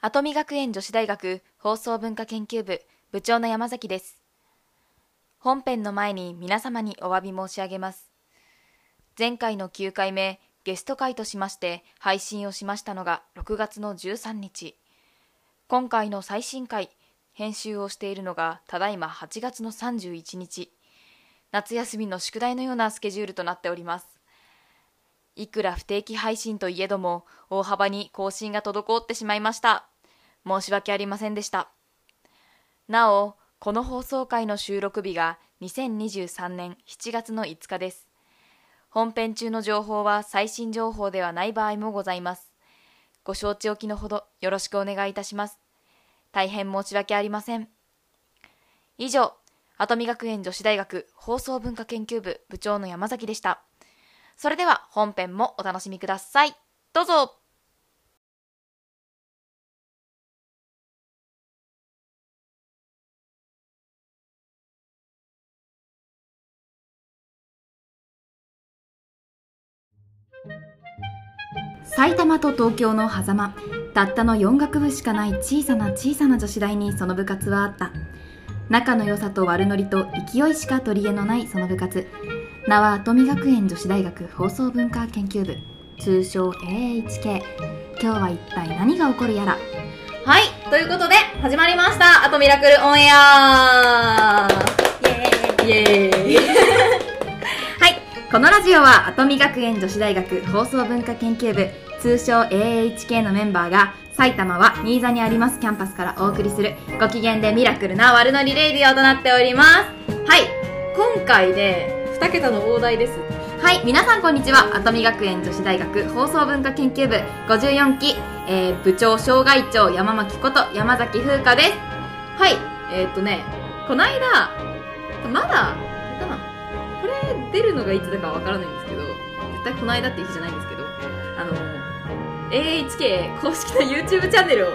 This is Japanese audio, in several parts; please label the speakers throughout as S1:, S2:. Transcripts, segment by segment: S1: 跡見学園女子大学放送文化研究部部長の山崎です本編の前に皆様にお詫び申し上げます前回の9回目ゲスト会としまして配信をしましたのが6月の13日今回の最新回編集をしているのがただいま8月の31日夏休みの宿題のようなスケジュールとなっておりますいくら不定期配信といえども、大幅に更新が滞ってしまいました。申し訳ありませんでした。なお、この放送回の収録日が2023年7月の5日です。本編中の情報は最新情報ではない場合もございます。ご承知おきのほどよろしくお願いいたします。大変申し訳ありません。以上、跡見学園女子大学放送文化研究部部長の山崎でした。それでは本編もお楽しみください。どうぞ埼玉と東京の狭間たったの4学部しかない小さな小さな女子大にその部活はあった仲の良さと悪ノリと勢いしか取り柄のないその部活名は跡見学園女子大学放送文化研究部通称 AHK 今日は一体何が起こるやらはいということで始まりました「アトミラクルオンエア」イエーイはいこのラジオは跡見学園女子大学放送文化研究部通称 AHK のメンバーが埼玉は新座にありますキャンパスからお送りするご機嫌でミラクルな悪ノリレイディオとなっておりますはい今回で
S2: 二桁の大台です。
S1: はい、皆さんこんにちは。跡見学園女子大学放送文化研究部54期、えー部長障害長山巻こと山崎風花です。はい、えーっとね、この間、まだ、あれかな、これ出るのがいつだかわからないんですけど、絶対この間って日じゃないんですけど、あの、AHK 公式の YouTube チャンネルを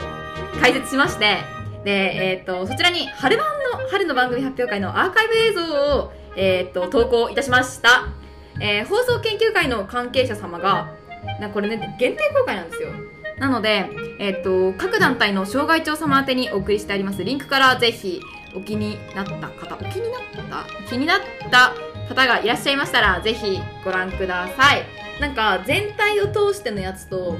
S1: 開設しまして、で、えーっと、そちらに春版の、春の番組発表会のアーカイブ映像を、えーっと、投稿いたしました。えー放送研究会の関係者様がなこれね限定公開なんですよなので、えっと各団体の障害長様宛てにお送りしてありますリンクからぜひお気になった方お気になった気になった方がいらっしゃいましたらぜひご覧くださいなんか全体を通してのやつと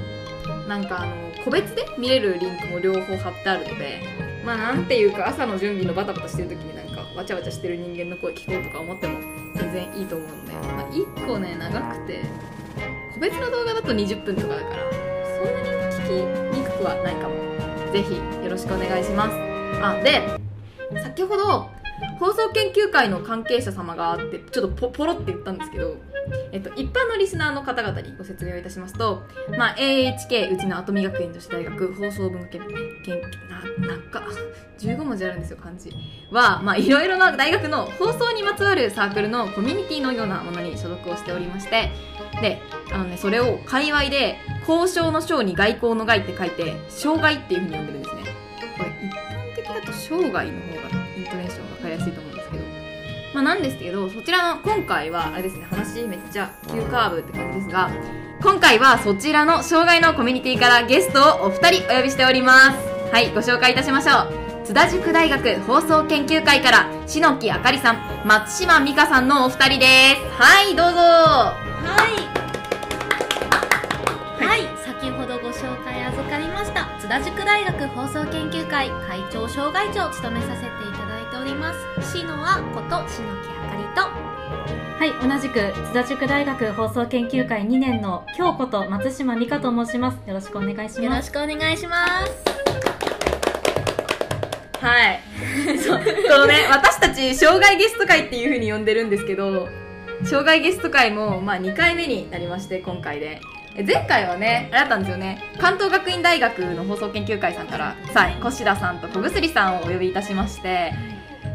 S1: なんかあの個別で見れるリンクも両方貼ってあるのでまあなんていうか朝の準備のバタバタしてる時になんかわちゃわちゃしてる人間の声聞こうとか思っても全然いいと思うので、まあ、1個ね長くて個別の動画だと20分とかだからそんなに聞きにくくはないかもぜひよろしくお願いしますあで先ほど放送研究会の関係者様があってちょっとポポロって言ったんですけど、えっと、一般のリスナーの方々にご説明をいたしますと、まあ、AHK うちの跡見学園女子大学放送文化研研ななんか15文字あるんですよ漢字は、まあ、いろいろな大学の放送にまつわるサークルのコミュニティのようなものに所属をしておりましてであの、ね、それを界隈で交渉の章に外交の外って書いて障害っていうふうに呼んでるんですねこれ一般的だと障害の方がイントネーション分かりやすいと思うんですけどまあなんですけどそちらの今回はあれですね話めっちゃ急カーブって感じですが今回はそちらの障害のコミュニティからゲストをお二人お呼びしておりますはいご紹介いたしましょう津田塾大学放送研究会から篠木あかりさん松島美香さんのお二人ですはいどうぞ
S3: はい、はい、先ほどご紹介預かりました津田塾大学放送研究会会長障害長を務めさせていただいております篠あこと篠木あかりと
S4: はい、同じく津田塾大学放送研究会2年の京子と松島美香と申します。よろしくお願いし
S3: よろ
S4: ます。
S3: しくお願いします
S1: はい。そうこのね、私たち、障害ゲスト会っていう風に呼んでるんですけど、障害ゲスト会も、まあ、2回目になりまして、今回で。え前回はね、あれだったんですよね、関東学院大学の放送研究会さんから、さあ、小志田さんと小薬さんをお呼びいたしまして、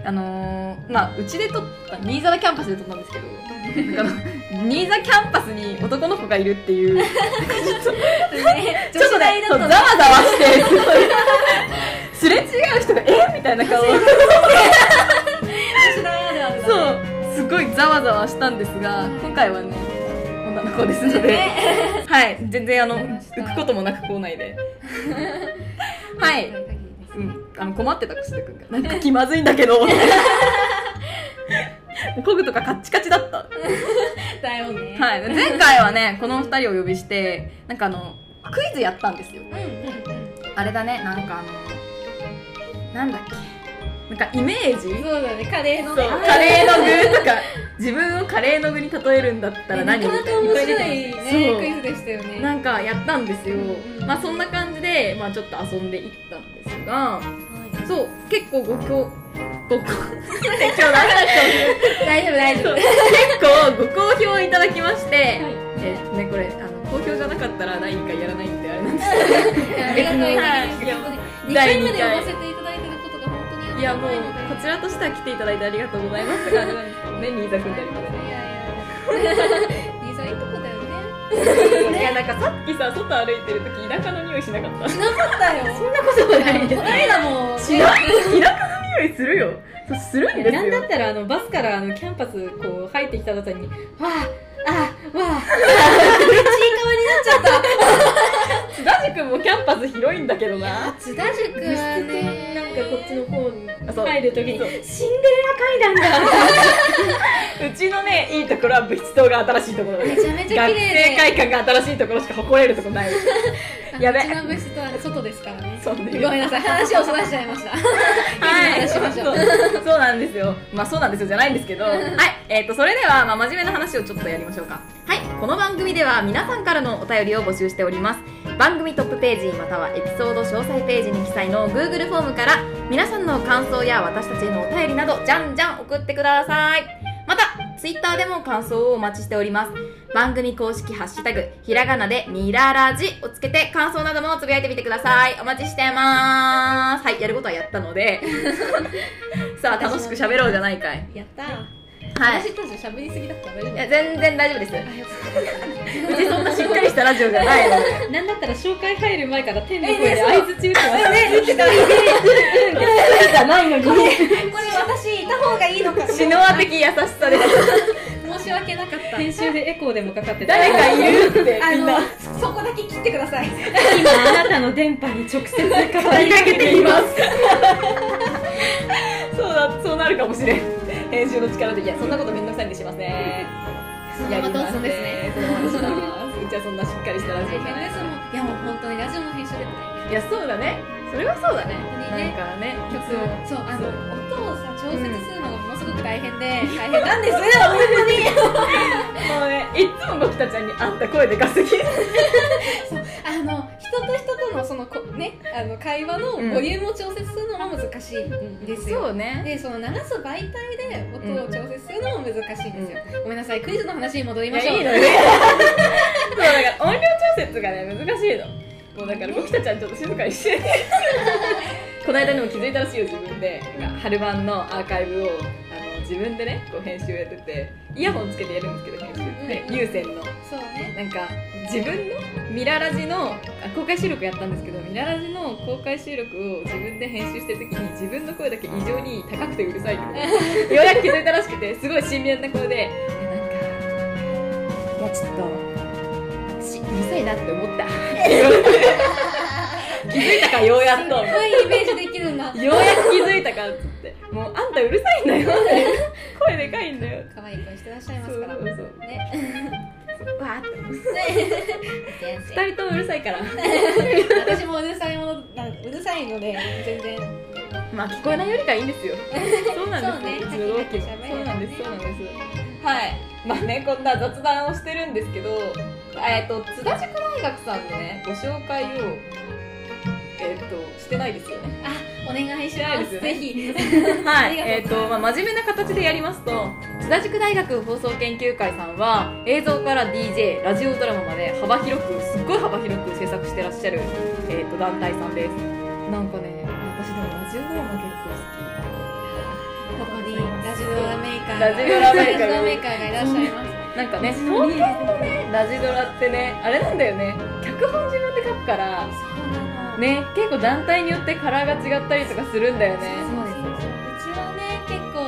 S1: あのーまあ、うちで撮った、新座のキャンパスで撮ったんですけど、なんかあの新座キャンパスに男の子がいるって いう、ちょっとね、そうざわざわして、すごいすれ違う人が、えみたいな顔そうすごいざわざわしたんですが、今回はね女の子です ので、はい全然あの浮くこともなく校内ではい
S3: とう限りです
S1: う
S3: ね
S1: ん、あの困ってたくしてくんがなんか気まずいんだけ ど工具とかカッチカチだった
S3: だよね。い。
S1: はい、前回はねこの2人をお呼びしてなんかあのクイズやったんですよ
S3: うんうん
S1: あれだねなんかあのなんだっけなんかイメージ
S3: うん。そうだね、カレーの
S1: そう
S3: ね。
S1: カレーの具とか自分をカレーの具に例えるんだったら何
S3: なかなか面白いね、
S1: そう
S3: クイズでしたよね。
S1: なんかやったんですよ、
S3: うんうん
S1: まあそんな感じで、まあ、ちょっと遊んでいったんですが
S3: はい
S1: そう結構ご評ご好今日ダメだ今
S3: 大丈夫、大丈夫。
S1: 日結構ご好評いただきまして、えーねこれあの好評じゃなかったら第2回やらないんであれなんです
S3: ありがとうございます。
S1: い
S3: 2回まで呼ばせていただいてることが本当にありがたいので
S1: いやもうこちらとしては来ていただいてありがとうございますって感じなんですね新座くんであります
S3: いやいや。 兄さんいいとこだよね。
S1: いやなんかさっきさ外歩いてる時田舎の匂いしなかったそん
S3: だよ。
S1: なことない
S3: この間も、
S1: しない田舎の匂いするよそうするんですよ
S4: なんだったらあのバスからあのキャンパスこう入ってきた途にわああわあ
S1: 津田塾もキャンパス広いんだけどな
S3: 津田塾
S4: 部室
S3: は
S4: で
S3: ね、
S4: なんかこっちの方に
S1: あそう
S4: 入る時に
S1: そう
S4: シンデレラ階段だ
S1: うちのねいいところは部室棟が新しいところだね
S3: めちゃめちゃ綺
S1: 学生
S3: 麗
S1: 会館が新しいところしか誇れるとこない
S3: で、
S1: やべ
S3: うちの部室とは外ですからね。
S1: そうね
S3: ごめんなさい、話をそらしちゃいました。
S1: はい、
S3: いい話しましょう
S1: そうそうなんですよ。まあそうなんですよじゃないんですけど、はい、えっ、とそれではまあ真面目な話をちょっとやりましょうか。はい、この番組では皆さんからのお便りを募集しております。番組トップページまたはエピソード詳細ページに記載の Google フォームから皆さんの感想や私たちへのお便りなどじゃんじゃん送ってください。また Twitter でも感想をお待ちしております。番組公式ハッシュタグひらがなでミララジをつけて感想などもつぶやいてみてくださいお待ちしてますはいやることはやったので さあ楽しく喋ろうじゃないかい
S3: やったー。
S1: はい
S3: 私たち喋りすぎだった。大丈
S1: い
S3: 夫
S1: や全然大丈夫です
S3: あよかっ
S1: うちそんなしっかりしたラジオじゃないので
S4: なんだったら紹介入る前から天の声
S1: え
S4: で
S1: そう
S4: 相づち打ってました
S1: 言ってた言 じゃないの に
S3: たこれ私いた方がいいのか
S1: シノア的優しさです
S3: 申し訳なかった
S4: 編集でエコーでもかかってた
S1: 誰かいるって
S3: あ
S1: みんな
S3: のそこだけ切ってくださ い
S4: 今あなたの電波に直接語りか
S1: 語りかけ
S4: け
S1: て
S4: て
S1: い
S4: い
S1: ま
S4: ますす
S1: そうだそうなるかもしれん編集の力でいやそんなことめんどくさいんでしませんやりますね。そうなんです うちはそんなしっかりしたラジオ
S3: 大
S1: じゃな
S3: 変
S1: い
S3: ですもんいやもう本当にラジオの編集で大
S1: いやそうだね。それはそうだね。
S3: 本当にね
S1: なんかね
S3: 変曲
S1: い
S3: をそうあの
S1: そう
S3: 音をさ調節するのがものすごく大変で大変なんです
S1: つももうねいつもゴキタちゃんにあんた声でかすぎ。
S3: あの人と人とのそのこねあの会話のボリュームを調節するのも難しいんですよ、
S1: うね。
S3: でその流す媒体で音を調節するのも難しいんですよ、ごめんなさいクイズの話に戻り
S1: い
S3: ま
S1: や
S3: しょう
S1: いいのよ。そうだから音量調節がね難しいの。もうだからゴキタちゃんちょっと静かにして。 この間にも気づいたらしいよ自分で。なんか春版のアーカイブを。あの自分でね、こう編集をやっててイヤホンつけてやるんですけど編集って、
S3: うんうん
S1: 有線の
S3: そうね
S1: なんか自分のミララジのあ公開収録やったんですけどミララジの公開収録を自分で編集してる時に自分の声だけ異常に高くてうるさいって ことにようやく気づいたらしくてすごい神妙な声でいやなんかいやちょっと私うるさいなって思 った気づいたかようやっ
S3: す
S1: と
S3: っごいイメージできるんだ
S1: ようやく気づいたかっつってもうあんたうるさいんだ よって声でかいんだよって
S3: 可愛い声してらっしゃいま
S1: そう
S3: す
S1: そう
S3: から
S1: そう
S3: ね
S1: わーって
S3: 二
S1: 二人ともうるさいから
S3: 私もうるさいものなうるさいので全然
S1: まあ聞こえないよりかいいんです よ。そうなんです。
S3: そうね
S1: 自動機も
S3: 先に喋
S1: そ
S3: れ
S1: う
S3: ば
S1: なん
S3: ね
S1: です。そうなんです。はい。まあね、こんな雑談をしてるんですけど、えっと津田塾大学さんのね、ご紹介をえっ、としてないですよね。
S3: あお願いし
S1: ない
S3: ま
S1: です
S3: す
S1: よね
S3: ぜ ひ
S1: はい。
S3: あ
S1: え
S3: り
S1: っ
S3: が
S1: と
S3: とう
S1: まあ真面目な形でやりますと、津田塾大学放送研究会さんは映像から DJ、ラジオドラマまで幅広く、すっごい幅広く制作してらっしゃるえっ、と団体さんです。なんかね、私でもラジオドラマ結構好き。
S3: ここにラジオドラメーカーが
S1: ラジオドラメーカーが
S3: ラジオドラメーカーがいらっしゃいます
S1: なんかね、東京のね、ラジドラってね、あれなんだよね、脚本自分で書くから、
S3: そうなの
S1: ね、結構団体によってカラーが違ったりとかするんだよね。
S3: そうですうちはね結構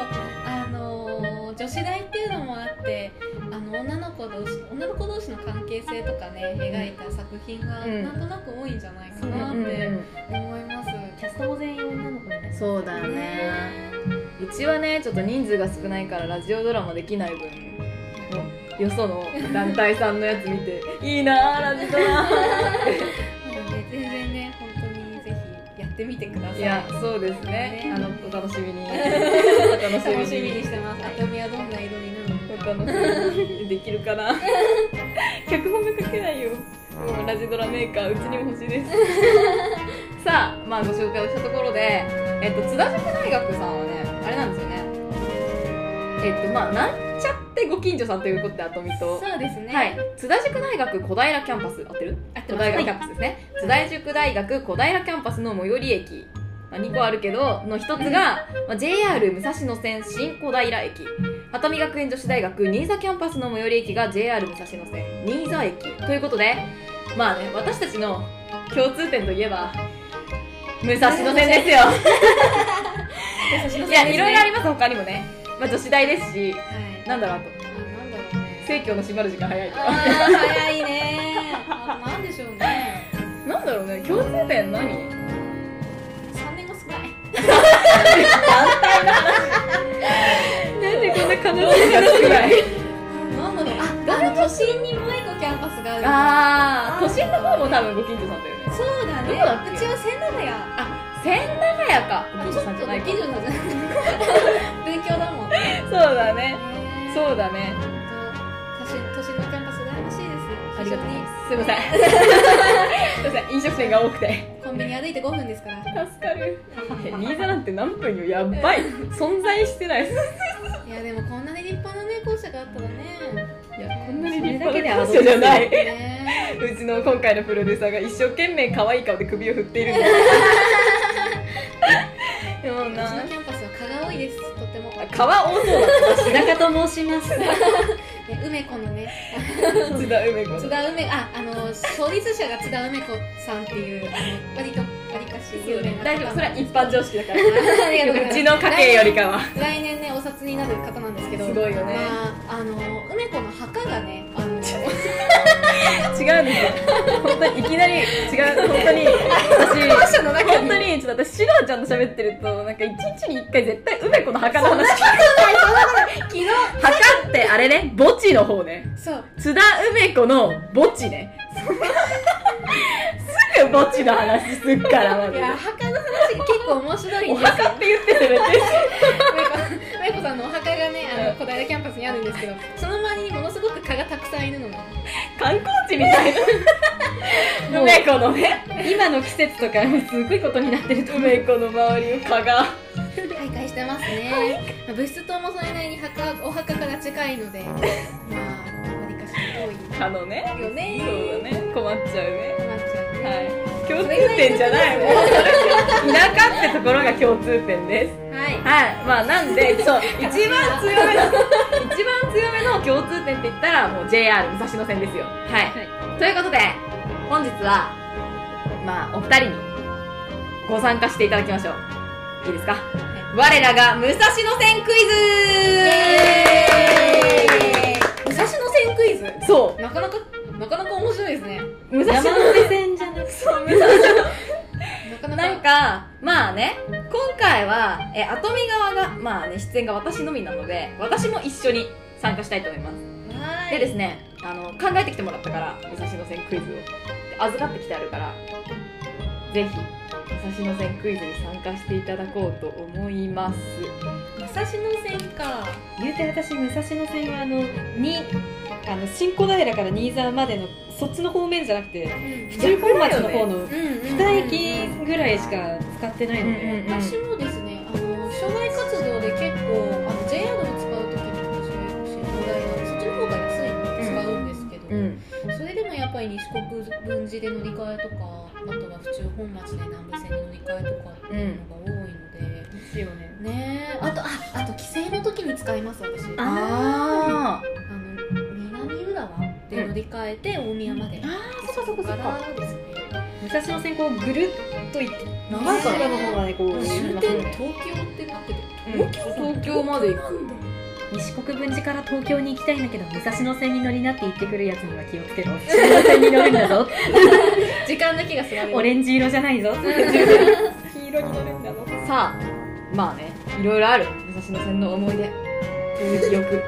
S3: あのー女子大っていうのもあってあの女の子同士女の子同士の関係性とかね描いた作品が
S1: うん
S3: なんとなく多いんじゃないか
S1: うん
S3: なっ
S1: うんう
S3: て
S1: ん
S3: 思います
S4: キャストも全員女の子ね
S1: そうだよねうちはねちょっと人数が少ないからラジオドラマできない分もうよその団体さんのやつ見 ていいなあラジドラ
S3: なので全然ね本当にぜひやってみてください
S1: いやそうですね
S3: ね
S1: あのお楽しみ にお
S3: 楽
S1: 楽
S3: しみにしてますアトミはどんな色になるの
S1: お楽しみにできるか な脚本が書けないよもうラジドラメーカーうちにも欲しいです さあまあご紹介をしたところでえっと津田塾大学さんはねあれなんですよねえっとまあなんちゃってご近所さんということであとみと
S3: そうですね
S1: はい、津田塾大学小平キャンパス合ってる
S3: あって
S1: 小
S3: ます
S1: 平キャンパスですね、津田塾大学小平キャンパスの最寄り駅、まあ、2個あるけどの一つが、まあ、JR 武蔵野線新小平駅熱海学園女子大学新座キャンパスの最寄り駅が JR 武蔵野線新座駅ということでまあね私たちの共通点といえば武蔵野線ですよ いやいろいろあります他にもね、まあ、女子大ですし
S3: はい
S1: なんだろうあと
S3: あなんだろうね
S1: 生協の閉まる時間早いとか
S3: あー早いねあなんでしょうね
S1: なんだろうね共通点何
S3: 三年後少ない
S1: なんでこんな悲しいが少ない
S3: なんだろうああの都心にもう一個キャンパスがある
S1: あー都心の方も多分ご近所さんだよね
S3: そうだね
S1: どこだっけ
S3: うちは千駄ヶ谷あ
S1: 千駄ヶ谷かご
S3: ち
S1: 近所
S3: ょっ
S1: さんじ
S3: と
S1: ゃないか
S3: 近所さんじゃない文教だもんね
S1: そうだね
S3: う
S1: そうだね
S3: 都心都心のキャンパス羨ましいです
S1: ありがとうござい
S3: 非
S1: ますすいませんすいません飲食店が多くて
S3: 常にコンビニ歩いて5分ですから
S1: 助かる新座なんて何分よやばい存在してないい
S3: いやでもこんなに立派なね校舎があったらね
S1: やこんなに立派
S4: それだけで
S1: な
S4: アド
S1: 校舎
S4: バイス
S1: じゃない
S3: ね
S1: うちの今回のプロデューサーが一生懸命可愛い顔で首を振っているんですでも
S3: うちの
S1: な
S3: キャンパスは蚊が多いですとてもね
S1: 川多そうだ
S4: 田中と申し ます
S3: 梅子のね
S1: 津田梅子
S3: 津田梅ああの創立者が津田梅子さんっていうあの割と割かし有名な方
S1: 大丈夫それは一般常識だから
S3: ありがとうございま
S1: う
S3: す
S1: ちの家計よりかは
S3: 来年ねお札になる方なんですけど
S1: すごいよね
S3: まあ、あの梅子の墓がねあの
S1: 違うんですよ本当にいきなり違う本当に私
S3: 校舎の中
S1: 本
S3: に
S1: 当にちょっと私シロアちゃんと喋ってるとなんか一日に一回絶対梅子の墓の話
S3: 昨日
S1: 墓ってあれね墓地の方ね
S3: そう
S1: 津田梅子の墓地ねすぐ墓地の話すっからマジ
S3: い
S1: で
S3: や墓の話が結構面白い
S1: お
S3: んですよ
S1: 墓 って言ってるね
S3: 梅子梅子さんのお墓がねあ
S1: う
S3: の
S1: ん
S3: 小平キャンパスにあるんですけどその周りにものすごく蚊がたくさんいるのも
S1: 観光地みたいな
S4: もう
S1: 梅子のね
S4: 今の季節とかすごいことになってると思う
S1: 梅子の周りを蚊が
S3: 徘徊してますね、まあ、物質ともそれなりに墓お墓から近い のでまあわりかし多い
S1: 蚊のね
S3: よね
S1: そうだね困っちゃうね
S3: 困っちゃうね
S1: はい、共通点じゃないもう田舎ってところが共通点です
S3: はい
S1: はいまあなんでそう一番強めの一番強めの共通点って言ったらもう JR 武蔵野線ですよはい、ということで本日はまあお二人にご参加していただきましょういいですか、我らが武蔵野線クイズ
S3: 武蔵野線クイズ
S1: そ
S3: なかなかなかなか面白いですね
S1: う武蔵野
S4: 山手線じゃなくて
S1: そう武蔵野
S3: なかなか
S1: なんか、まあね、今回は、え、アトミ側が、まあね、出演が私のみなので、私も一緒に参加したいと思います。
S3: は
S1: で
S3: い
S1: ですね、あの、考えてきてもらったから、武蔵野線クイズを。で預かってきてあるから、ぜひ、武蔵野線クイズに参加していただこうと思います。
S3: 武蔵野線か
S4: 言うて私武蔵野線はあのにあの新小平から新沢までのそっちの方面じゃなくて
S3: うん
S4: 府中本町の方の
S3: うん
S4: 二駅ぐらいしか使ってないので、
S1: うんうんうん
S3: 私もですねあの障害活動で結構あの JR を使う時にもそういう信号台がそっちの方が安いので使うんですけ
S1: ん。
S3: ど、それでもやっぱり西国分寺で乗り換えとかあとは府中本町で南部線で乗り換えとかっていうのが多いので、
S4: ですよね
S3: ねえあとああと帰省の時に使います私あ
S4: あ
S1: あー。
S3: の南浦和で乗り換えて大宮まで、
S1: あ
S3: そこからですね
S4: 武蔵野線こうぐるっといって
S1: 長い
S4: そ
S1: か
S4: こ
S1: ら
S4: の方がねこう
S3: 終点東京ってなってる
S1: 東京東京まで行く。
S4: 西国分寺から東京に行きたいんだけど武蔵野線に乗りなって行ってくるやつには気をつけろ武蔵野線に乗るんだぞ
S3: 時間だけがすられる
S4: オレンジ色じゃないぞ
S1: 黄色さまあねいろいろある武蔵野線の思い出という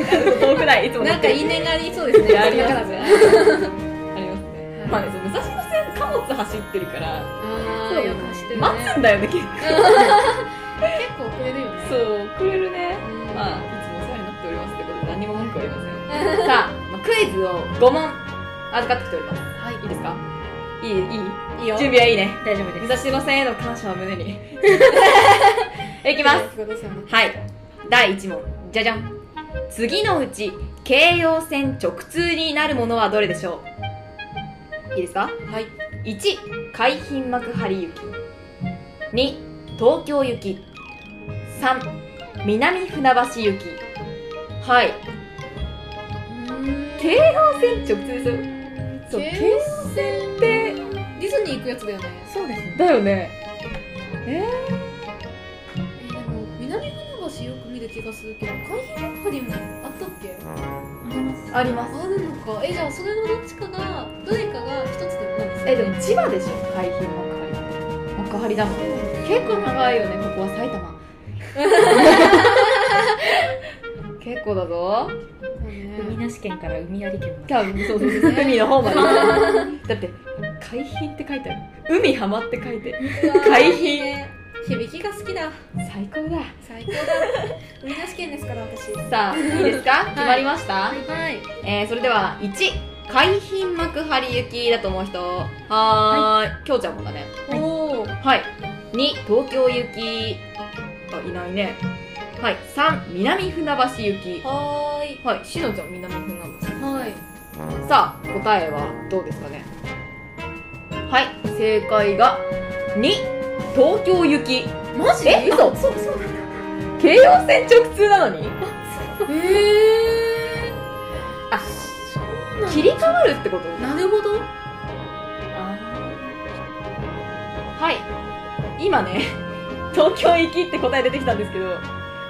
S1: 記憶遠くないいつも
S3: なんか因縁がありそうですね。
S1: あります
S3: ね。
S1: ありますね、
S3: はい
S1: まあねそう武蔵野線貨物走ってるから
S3: あ
S1: そ
S3: あ、
S1: う
S3: よく走ってるね。
S1: 待つんだよね結
S3: 結構遅れるよね。
S1: 構そうくれるね
S3: うん
S1: まあいつもお世話になっておりますけど何にも文句はありません さあ、まあ、クイズを5問預かってきております
S3: はい
S1: いいですかいいいい
S3: いいよ。
S1: 準備はいいね
S4: 大丈夫
S1: 武
S4: です。
S1: 蔵野線への感謝を胸に いきます
S3: す。そうですよね。
S1: はい第1問じゃじゃん次のうち京葉線直通になるものはどれでしょういいですか
S3: はい。
S1: 1海浜幕張行き2東京行き3南船橋行きはいう京
S3: 葉
S1: 線直通ですよそう
S3: 京
S1: 京
S3: 葉線っ
S1: って
S3: てディズニー行くやつだよね。
S4: そうですね。
S1: だよね
S3: えー、でも南船橋よく見る気がするけど、海浜幕張もあったっけ？
S4: ありま
S1: あ
S4: す。
S1: ります
S3: あるのか。えじゃあそれのどっちかがどれかが一つでもなんですか
S1: えでも千葉でしょ海浜幕張幕張だもん結構長いよねここは埼玉結構だぞ
S3: そうね
S4: 海なし県から海有県まで。
S1: 多分そうそうそう海の 方までだって海浜って書いてある海浜って書いて海浜
S3: いいね響きが好きだ
S1: 最高だ
S3: 最高だ海なし県ですから私
S1: さあいいですか決まりました、
S3: はい
S1: えー、それでは1海浜幕張行きだと思う人はーい、きょうちゃんもだね
S3: おお
S1: はい2東京行きあいないねはい3南船橋行き
S3: はーい
S1: はいしのちゃん南船
S3: はい
S1: 橋さあ答えはどうですかねはい正解が2東京行き
S3: マジ
S1: え嘘そうそう京葉線直通なの に
S3: え
S1: あ
S3: ー
S1: 切り替わるってこと
S3: なるほど
S1: はい今ね 東京行きって答え出てきたんですけど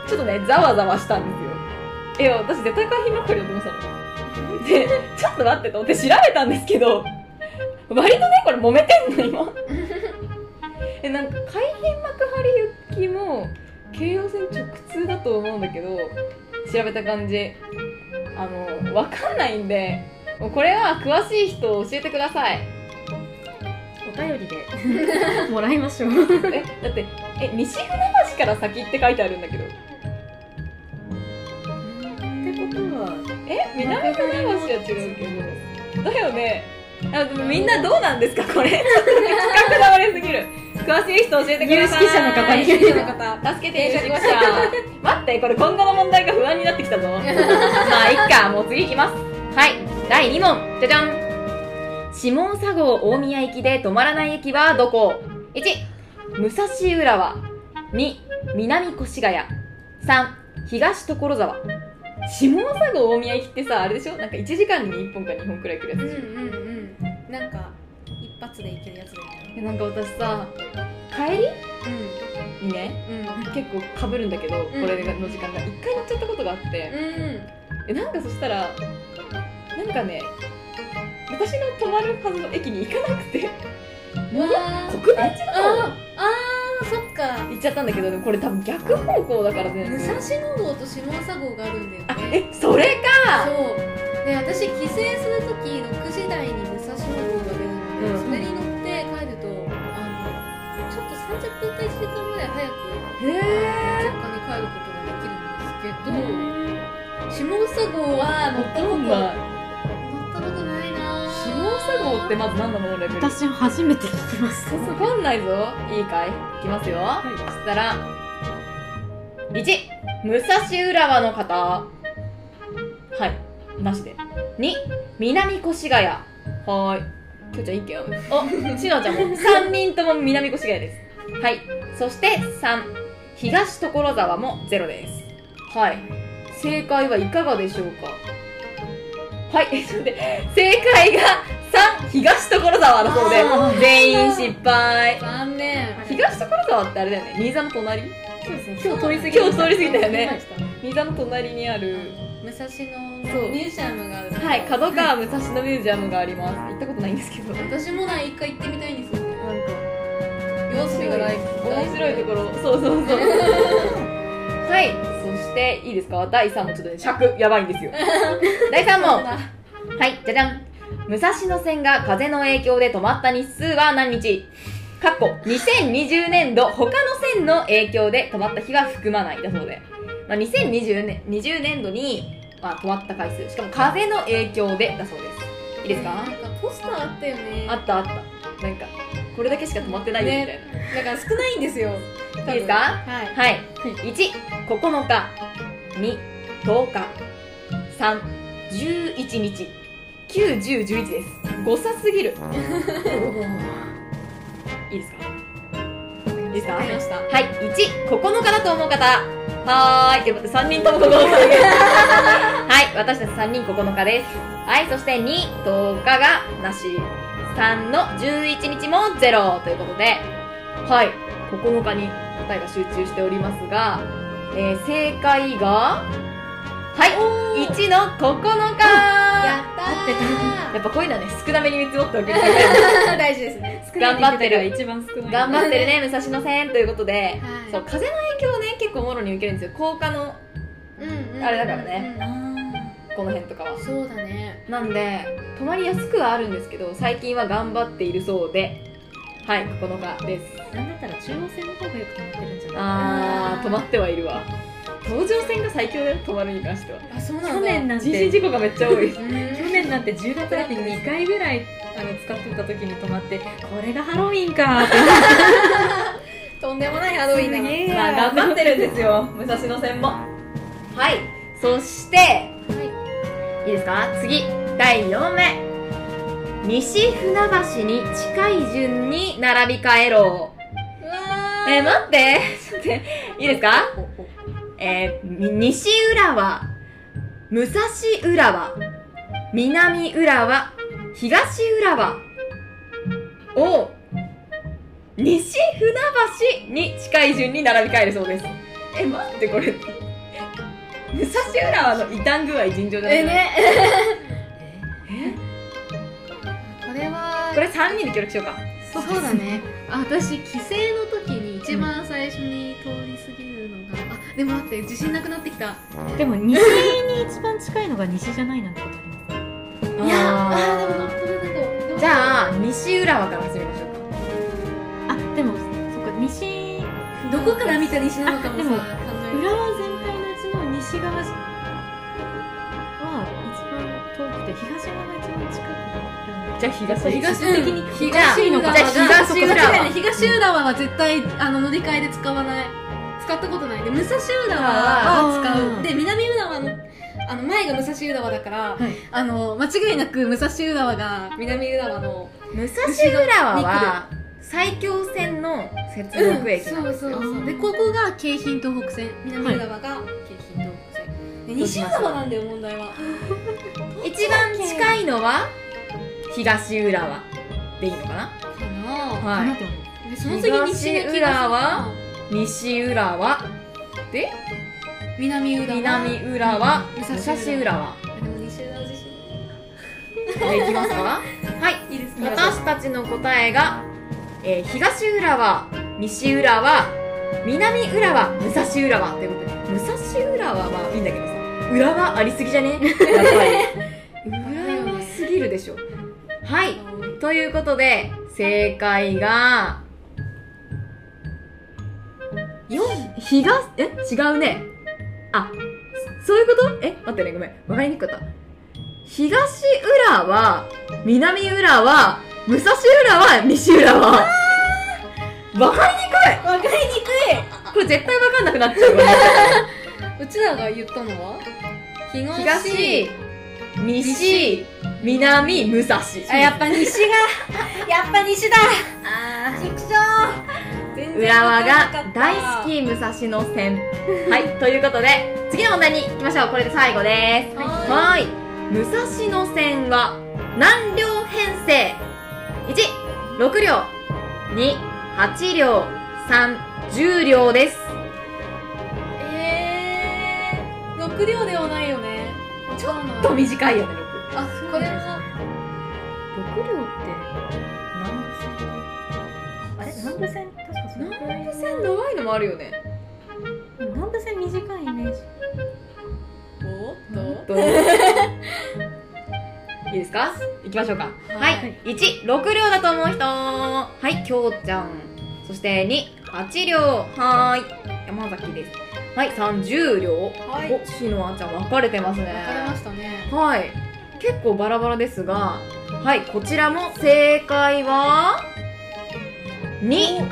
S1: ちょっとねざわざわしたんですよえ私絶対海浜幕張だと思ってたのでちょっと待ってと思って調べたんですけど 割とねこれ揉めてんの今 えなんか海浜幕張行きも京葉線直通だと思うんだけど調べた感じあのわかんないんでもうこれは詳しい人教えてください
S4: お便りでもらいま しょう。
S1: えだってえ西船橋から先って書いてあるんだけど
S4: ってことは、
S1: え南船橋は違うけどだよねあでもみんなどうなんですかこれちょっと企画が悪すぎる詳しい人教えてください
S4: 有識者の方に
S1: 有識者の方助けていただきました待ってこれ今後の問題が不安になってきたぞまあいっかもう次いきますはい第2問じゃじゃん下総郷大宮行きで止まらない駅はどこ1武蔵浦和2南越谷3東所沢下総郷大宮行きってさあれでしょなんか1時間に1本か2本くらい来るやつ
S3: うん
S1: でし
S3: う
S1: ょ、
S3: んうんなんか一発でいけるやつだよね
S1: えなんか私さ帰りにね
S3: うんうん
S1: 結構かぶるんだけど、これの時間が1回乗っちゃったことがあって、
S3: うん
S1: えなんかそしたらなんかね私の泊まるはずの駅に行かなく て
S3: わあ
S1: 国分寺の方
S3: ああーそっか
S1: 行っちゃったんだけどでもこれ多分逆方向だからね
S3: 武蔵野道と下佐郷があるんだよ
S1: あ
S3: ね
S1: えそれか
S3: そうで私帰省するとき6時台に武蔵野号が出るので、
S1: うん
S3: それに乗って帰るとあのちょっと30分か1時間ぐらい早く
S1: へえ
S3: 実家に帰ることができるんですけど、下佐郷は乗ったこと乗ったことないな
S1: 下佐郷ってまず何なのレベル
S4: 私初めて聞きます。
S1: わかんないぞいいかいいきますよ、
S4: い
S1: そしたら1武蔵浦和の方はいなしで2南越谷はーいきょうちゃん一軒おしのちゃんも3人とも南越谷ですはいそして3東所沢もゼロですはい正解はいかがでしょうかはいえちょっと待って正解が3東所沢だそうで全員失敗
S3: 残念
S1: 東所沢ってあれだよね新座の隣
S4: そうですね
S1: 今日通り過ぎ今日通り過ぎたよね
S4: 失礼し
S1: 新座の隣にある
S3: 武蔵
S1: そ
S3: 野
S1: う
S3: のミュージアムがあるので
S1: はい角川武蔵 野ミュージアムがあります行ったことないんですけどなんか
S3: 私もない一回行ってみたいんですよ
S1: え様子見がない面白いとこ ろそうそうそうはいそしていいですか第3問ちょっとね尺やばいん ですよ第3問はいじゃじゃん武蔵野線が風の影響で止まった日数は何日かっこ2020年度他の線の影響で止まった日は含まないだそうで、まあ、2020年20年度に、まあ、止まった回数しかも風の影響でだそうですいいですか、
S3: なんかポスターあったよね
S1: あったあったなんかこれだけしか止まってないよみたいな、
S3: だから少ないんですよ多分
S1: いいですか
S3: はい
S1: はい、1、9日、2、10日、3、11日、9、10、11です。誤差すぎる。 いいですかいいですか
S3: わかりました
S1: はい、1、9日だと思う方。はーい、ってことで3人とも9日 です。はい、私たち3人9日です。はい、そして2、10日がなし。3の11日も0ということで、はい、9日に答えが集中しておりますが、えー正解が、はい、1の9
S3: や
S1: 日
S3: った
S1: やっぱこういうのはね、少なめに見積もっておけると
S3: ー 大事ですね
S1: 頑張ってる
S4: 一番少ない。
S1: 頑張ってるね、武蔵野線ということで、
S3: はい
S1: そう、風の影響をね、結構もろに受けるんですよ。高架の、
S3: うんうんうん
S1: あれだからね
S4: あ
S3: うん
S1: この辺とかは。
S3: そうだね
S1: なんで、泊まりやすくはあるんですけど、最近は頑張っているそうで、はい、9日です。
S4: ーなんだったら中央線の方がよく止まってるんじゃない
S1: あー、止まってはいるわ。東上線が最強だよ、泊まるに関しては。
S3: あそうなんだ
S4: 去年なん
S1: 人身
S4: て、
S1: 事故がめっちゃ 多い。
S4: 去年なんて10月だって2回ぐらいあの使ってた時に止まって、これがハロウィンかーって。
S3: とんでもないハロウィンだ
S4: すげえ
S1: まあ頑張ってるんですよ武蔵野線もはいそして、い、いですか次第4名西船橋に近い順に並び替えろ
S3: うわ
S1: えー、待って ちょっと待っていいですかえーみ西浦和武蔵浦和南浦和東浦和を西船橋に近い順に並び替えるそうですえ待ってこれ 武蔵浦和の異端具合尋常じゃない、
S3: えね これ
S1: こ
S3: は
S1: れ3人で協力しようか
S3: そうだねあ私帰省の時に一番最初に通り過ぎるのが、あでも待って自信なくなってきた
S4: でも西に一番近いのが西じゃないなんてことあります
S1: い
S3: いやあー
S1: ー
S3: でも本当だけど
S1: じゃあ西浦和から始めましょうか
S4: あ、でも、そっか、西、
S3: どこから見た西なのかも
S4: あで
S3: さ
S4: も
S3: 考える
S4: 浦和全体のうちの西側は一番遠くて、東側が一番近くにいるんだ
S1: じゃあ東
S3: 東
S4: 的に
S3: うん
S1: じゃあ
S3: 東浦和が
S1: じゃあ東浦和
S3: そうそうそうそうね東浦和は絶対あの乗り換えで使わない使ったことないで武蔵浦和は使
S4: あ
S3: う
S4: ー
S3: で南浦和のあの前が武蔵浦和だから、
S4: はい
S3: あの間違いなく武蔵浦和が南浦和の
S1: 武蔵浦和は最強線の接続駅
S3: そ
S1: なん
S3: う
S1: です
S3: そ
S1: よ、
S3: う
S4: あ
S3: そう
S4: ー
S3: でここが京浜東北線南浦和が京浜東北線で西浦和なんだよ問題は
S1: 一番近いのは東浦和でいいのかな、
S3: かな
S4: か
S1: は、
S4: ないと思う。
S3: でその次西の
S1: 東
S3: 気がするな
S1: 浦和西浦和で
S3: 南浦和
S1: 南浦和
S3: 武
S1: 武
S3: 蔵浦和
S1: 蔵浦和
S3: あでも西浦和自身
S1: でいきますかはい
S3: いいですか
S1: 私たちの答えが、えー東浦和西浦和南浦和武蔵浦和ということで武蔵浦和はいいんだけどさ浦和ありすぎじゃねやっぱ り浦和すぎるでしょはいということで正解がよ東え違うねあそういうことえ待ってねごめんわかりにくかった東浦和南浦和武蔵浦和西浦和わかりにくい
S3: わかりにくい
S1: これ絶対わかんなくなっちゃうわ
S3: うちらが言ったのは東
S1: 東西南武蔵
S3: あやっぱ西が やっぱ西だ
S1: あ
S3: ちくしょう
S1: 浦和が大好き武蔵野線はいということで次の問題に行きましょうこれで最後です
S3: は
S1: はい武蔵野線は何両編成 ?16 両28両310両です
S3: えー、6両ではないよねちょっ
S1: ちょっと短いよね
S3: あこれも
S4: 6両って何の線かあれれ南部線確かそれくら
S3: 南
S4: い
S3: 部線長いのもあるよね
S4: 南部線短いイメージ
S3: お っ
S1: どういいですか行きましょうか。は。
S3: はいい
S1: 1、6両だと思う人。はい、きょうちゃん。そして2、8両。はーい。山崎です。はい、3、10両。
S3: はい
S1: お、しのあちゃん分かれてますね。
S3: 分かれましたね
S1: はい。結構バラバラですが、はい、こちらも正解は、2、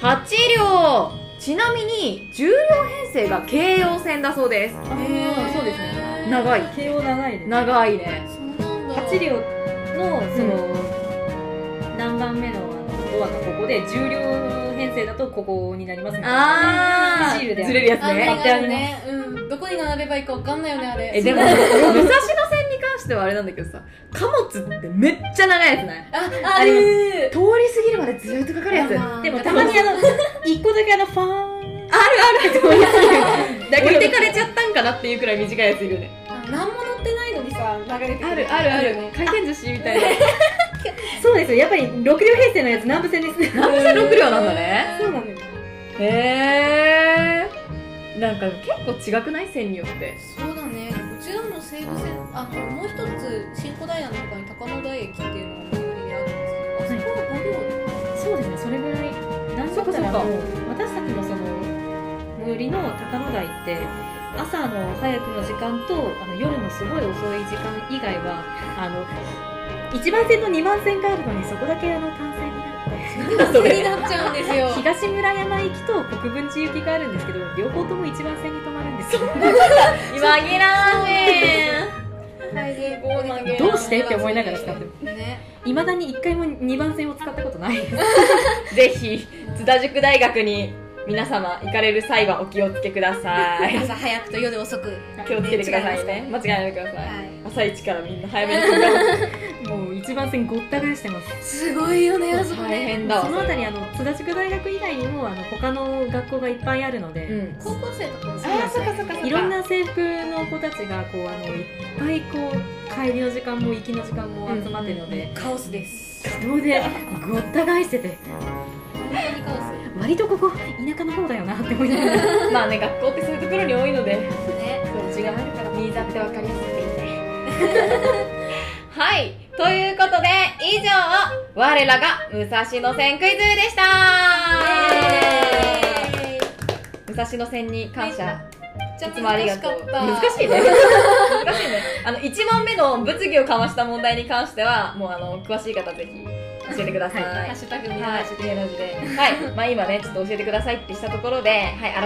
S1: 8両。ちなみに、10両編成が京葉線だそうです。
S4: あーそうですね
S1: 長い。
S4: 慶応長いです
S1: 長いね。
S3: そうなんだ
S4: 8両のその、何番目のあのドアがここで重量編成だとここになりますみたいな
S1: あー、
S4: 自由で
S1: ずれるやつ
S3: あん
S1: ね。
S3: ながね、うん、どこに並べばいいかわかんないよねあれ
S1: え、でも、武蔵野線に関してはあれなんだけどさ、貨物ってめっちゃ長いやつない
S3: あ
S1: あ
S3: あ
S1: りま通り
S3: る
S1: 過ぎるまでずっとかかるやつ。あ
S4: でもたまにあ の1個だけあのファーン
S1: る通り 過ぎる。だから置いてかれちゃったんかなっていうくらい短いやついるよね。
S3: 何も乗ってないのにさ流れてくるね
S1: 回転寿司みたいな。
S4: そうですよやっぱり6両編成のやつ南部線ですね
S1: なんで6両なんだね。
S4: そうなのよ
S1: へー。なんか結構違くない線によって。
S3: そうだねうちらも西武線あこれもう一つ新小平の他に高野台駅っていうのが最寄りにあるんですけどあそこは5両
S4: そうですねそれぐらい何
S1: そっかそ
S4: だった
S1: っから
S4: もう私たちのその最寄りの高野台って朝の早くの時間とあの夜のすごい遅い時間以外はあの1番線と2番線があるのにそこだけあの単線になって
S1: そ
S3: に
S1: れ。
S3: なっちゃうんですよ
S4: 東村山行きと国分寺行きがあるんですけど両方とも1番線に止まるん ですよ
S1: 今ぎらーめん。
S4: どうしてって思いながら使ってる
S3: ね
S4: いまだに1回も2番線を使ったことないです
S1: ぜひ、津田塾大学に皆様行かれる際はお気をつけくださ い。
S3: 朝早くと夜遅く
S1: 気をつけてくださいね。間違えないでください。
S3: はい
S1: 朝一からみんな早 めに来る。
S4: もう1番線ごった返してます
S3: すごいよねあそこ
S1: 大
S3: ね
S1: 変だわ。
S4: そのあたりあの津田塾大学以外にもあの他の学校がいっぱいあるので、
S1: うん。
S3: 高校生とかもそう
S1: あー、そっかそっかそっか。
S4: いろんな制服の子たちがこうあのいっぱいこう帰りの時間も行きの時間も集まってるので、
S3: カオスです
S4: そこでごった返してて
S3: 本当にカオス
S4: 割とここ田舎の方だよなって思いながら
S1: まあね、学校ってそういうところに多いので、
S3: ね
S1: そっちがあるから、新座ってわかりやすくていいね。 はい。ということで、以上、我らが武蔵野線クイズでした武蔵野線に感謝。
S3: じゃ
S1: いつもありがとう。
S3: 難
S1: 難しいね。難 しいね。あの、1問目の物議をかわした問題に関しては、もうあの、詳しい方ぜひ教えてください。
S3: ハッシュタグ見
S1: は
S3: ま
S1: い
S3: し、
S1: 芸能人で。はい、まあ今ね、ちょっと教えてくださいってしたところで、は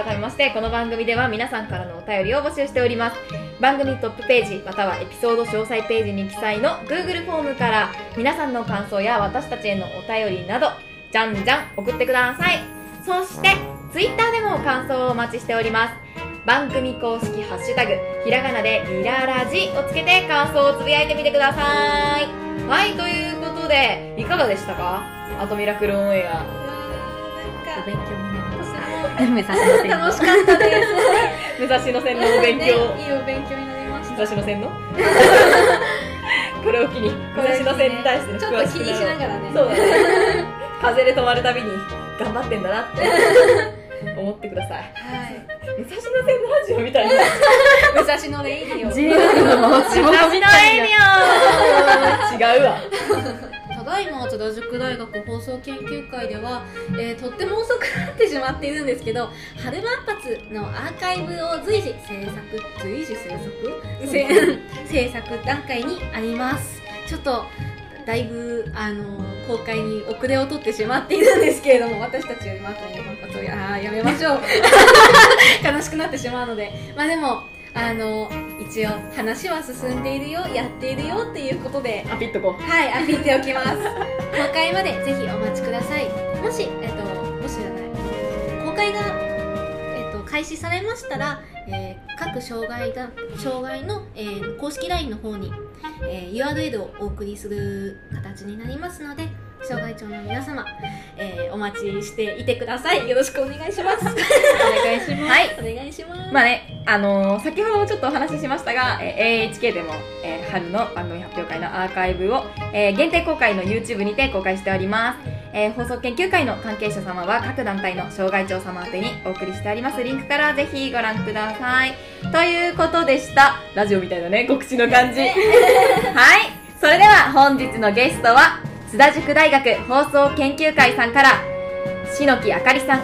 S1: い、改めまして、この番組では皆さんからのお便りを募集しております。番組トップページ、またはエピソード詳細ページに記載の Google フォームから、皆さんの感想や私たちへのお便りなど、じゃんじゃん送ってください。そして、Twitter でも感想をお待ちしております。番組公式ハッシュタグ、ひらがなでリララジをつけて感想をつぶやいてみてください。はい、ということで、いかがでしたかアトミラクルオンエア。
S4: お勉強になりました
S3: 楽
S4: 目指しません
S3: しかったです。
S1: 武蔵野線のお勉強。
S3: いいお勉強になりまし
S1: 武
S3: た。
S1: 蔵野線 のこれを機に、武蔵野線に対しての
S3: ちょっ
S1: 詳
S3: と
S1: し
S3: 気
S1: く
S3: にし
S1: な
S3: な
S1: る
S3: がらね。
S1: そうだね。風で止まるたびに、頑張ってんだな って思ってください。
S3: はい。
S1: 武蔵野線のラジオみた いな。
S3: 武蔵野レイディオ。
S4: JR の回し
S1: 武
S4: 物
S1: 蔵野
S4: み
S1: エ
S4: たいな
S1: リオ違うわ。
S3: ただいま津田塾大学放送研究会では、えーとっても遅くなってしまっているんですけど春万発のアーカイブを随時制作随時制作せ 制作段階にありますちょっとだいぶあの公開に遅れを取ってしまっているんですけれども私たちよりも後に万発をやあーやめましょう 悲しくなってしまうのでまあでもあの一応話は進んでいるよやっているよっていうことで
S1: あ、ピッとこう。
S3: はい、アピっておきます。公開までぜひお待ちください。もし、えっと、もしじゃない。公開が、えっと、開始されましたら、えー各障害が、障害の、えー公式 LINE の方に、えー URL をお送りする形になりますので、障害庁の皆様、えーお待ちしていてください。よろしくお願いします。
S4: お願いします
S1: はい。
S3: お願いします。
S1: まあね、あのー先ほどもちょっとお話ししましたが、えー AHK でも、えー春の番組発表会のアーカイブを、えー限定公開の YouTube にて公開しております。えー放送研究会の関係者様は各団体の障害長様宛てにお送りしてありますリンクからぜひご覧くださいということでしたラジオみたいだね告知の感じはいそれでは本日のゲストは津田塾大学放送研究会さんから篠木あかりさん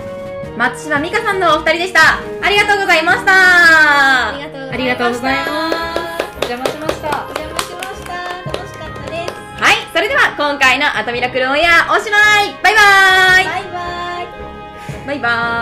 S1: 松島美香さんのお二人でしたありがとうございました
S2: ありがとうございました
S4: ありがとうございます邪魔しました
S2: お邪魔しました楽しかったです
S1: はい、それでは今回のアトミラクルオンエアおしまいバイバ
S2: バイバイ
S1: イバイバイ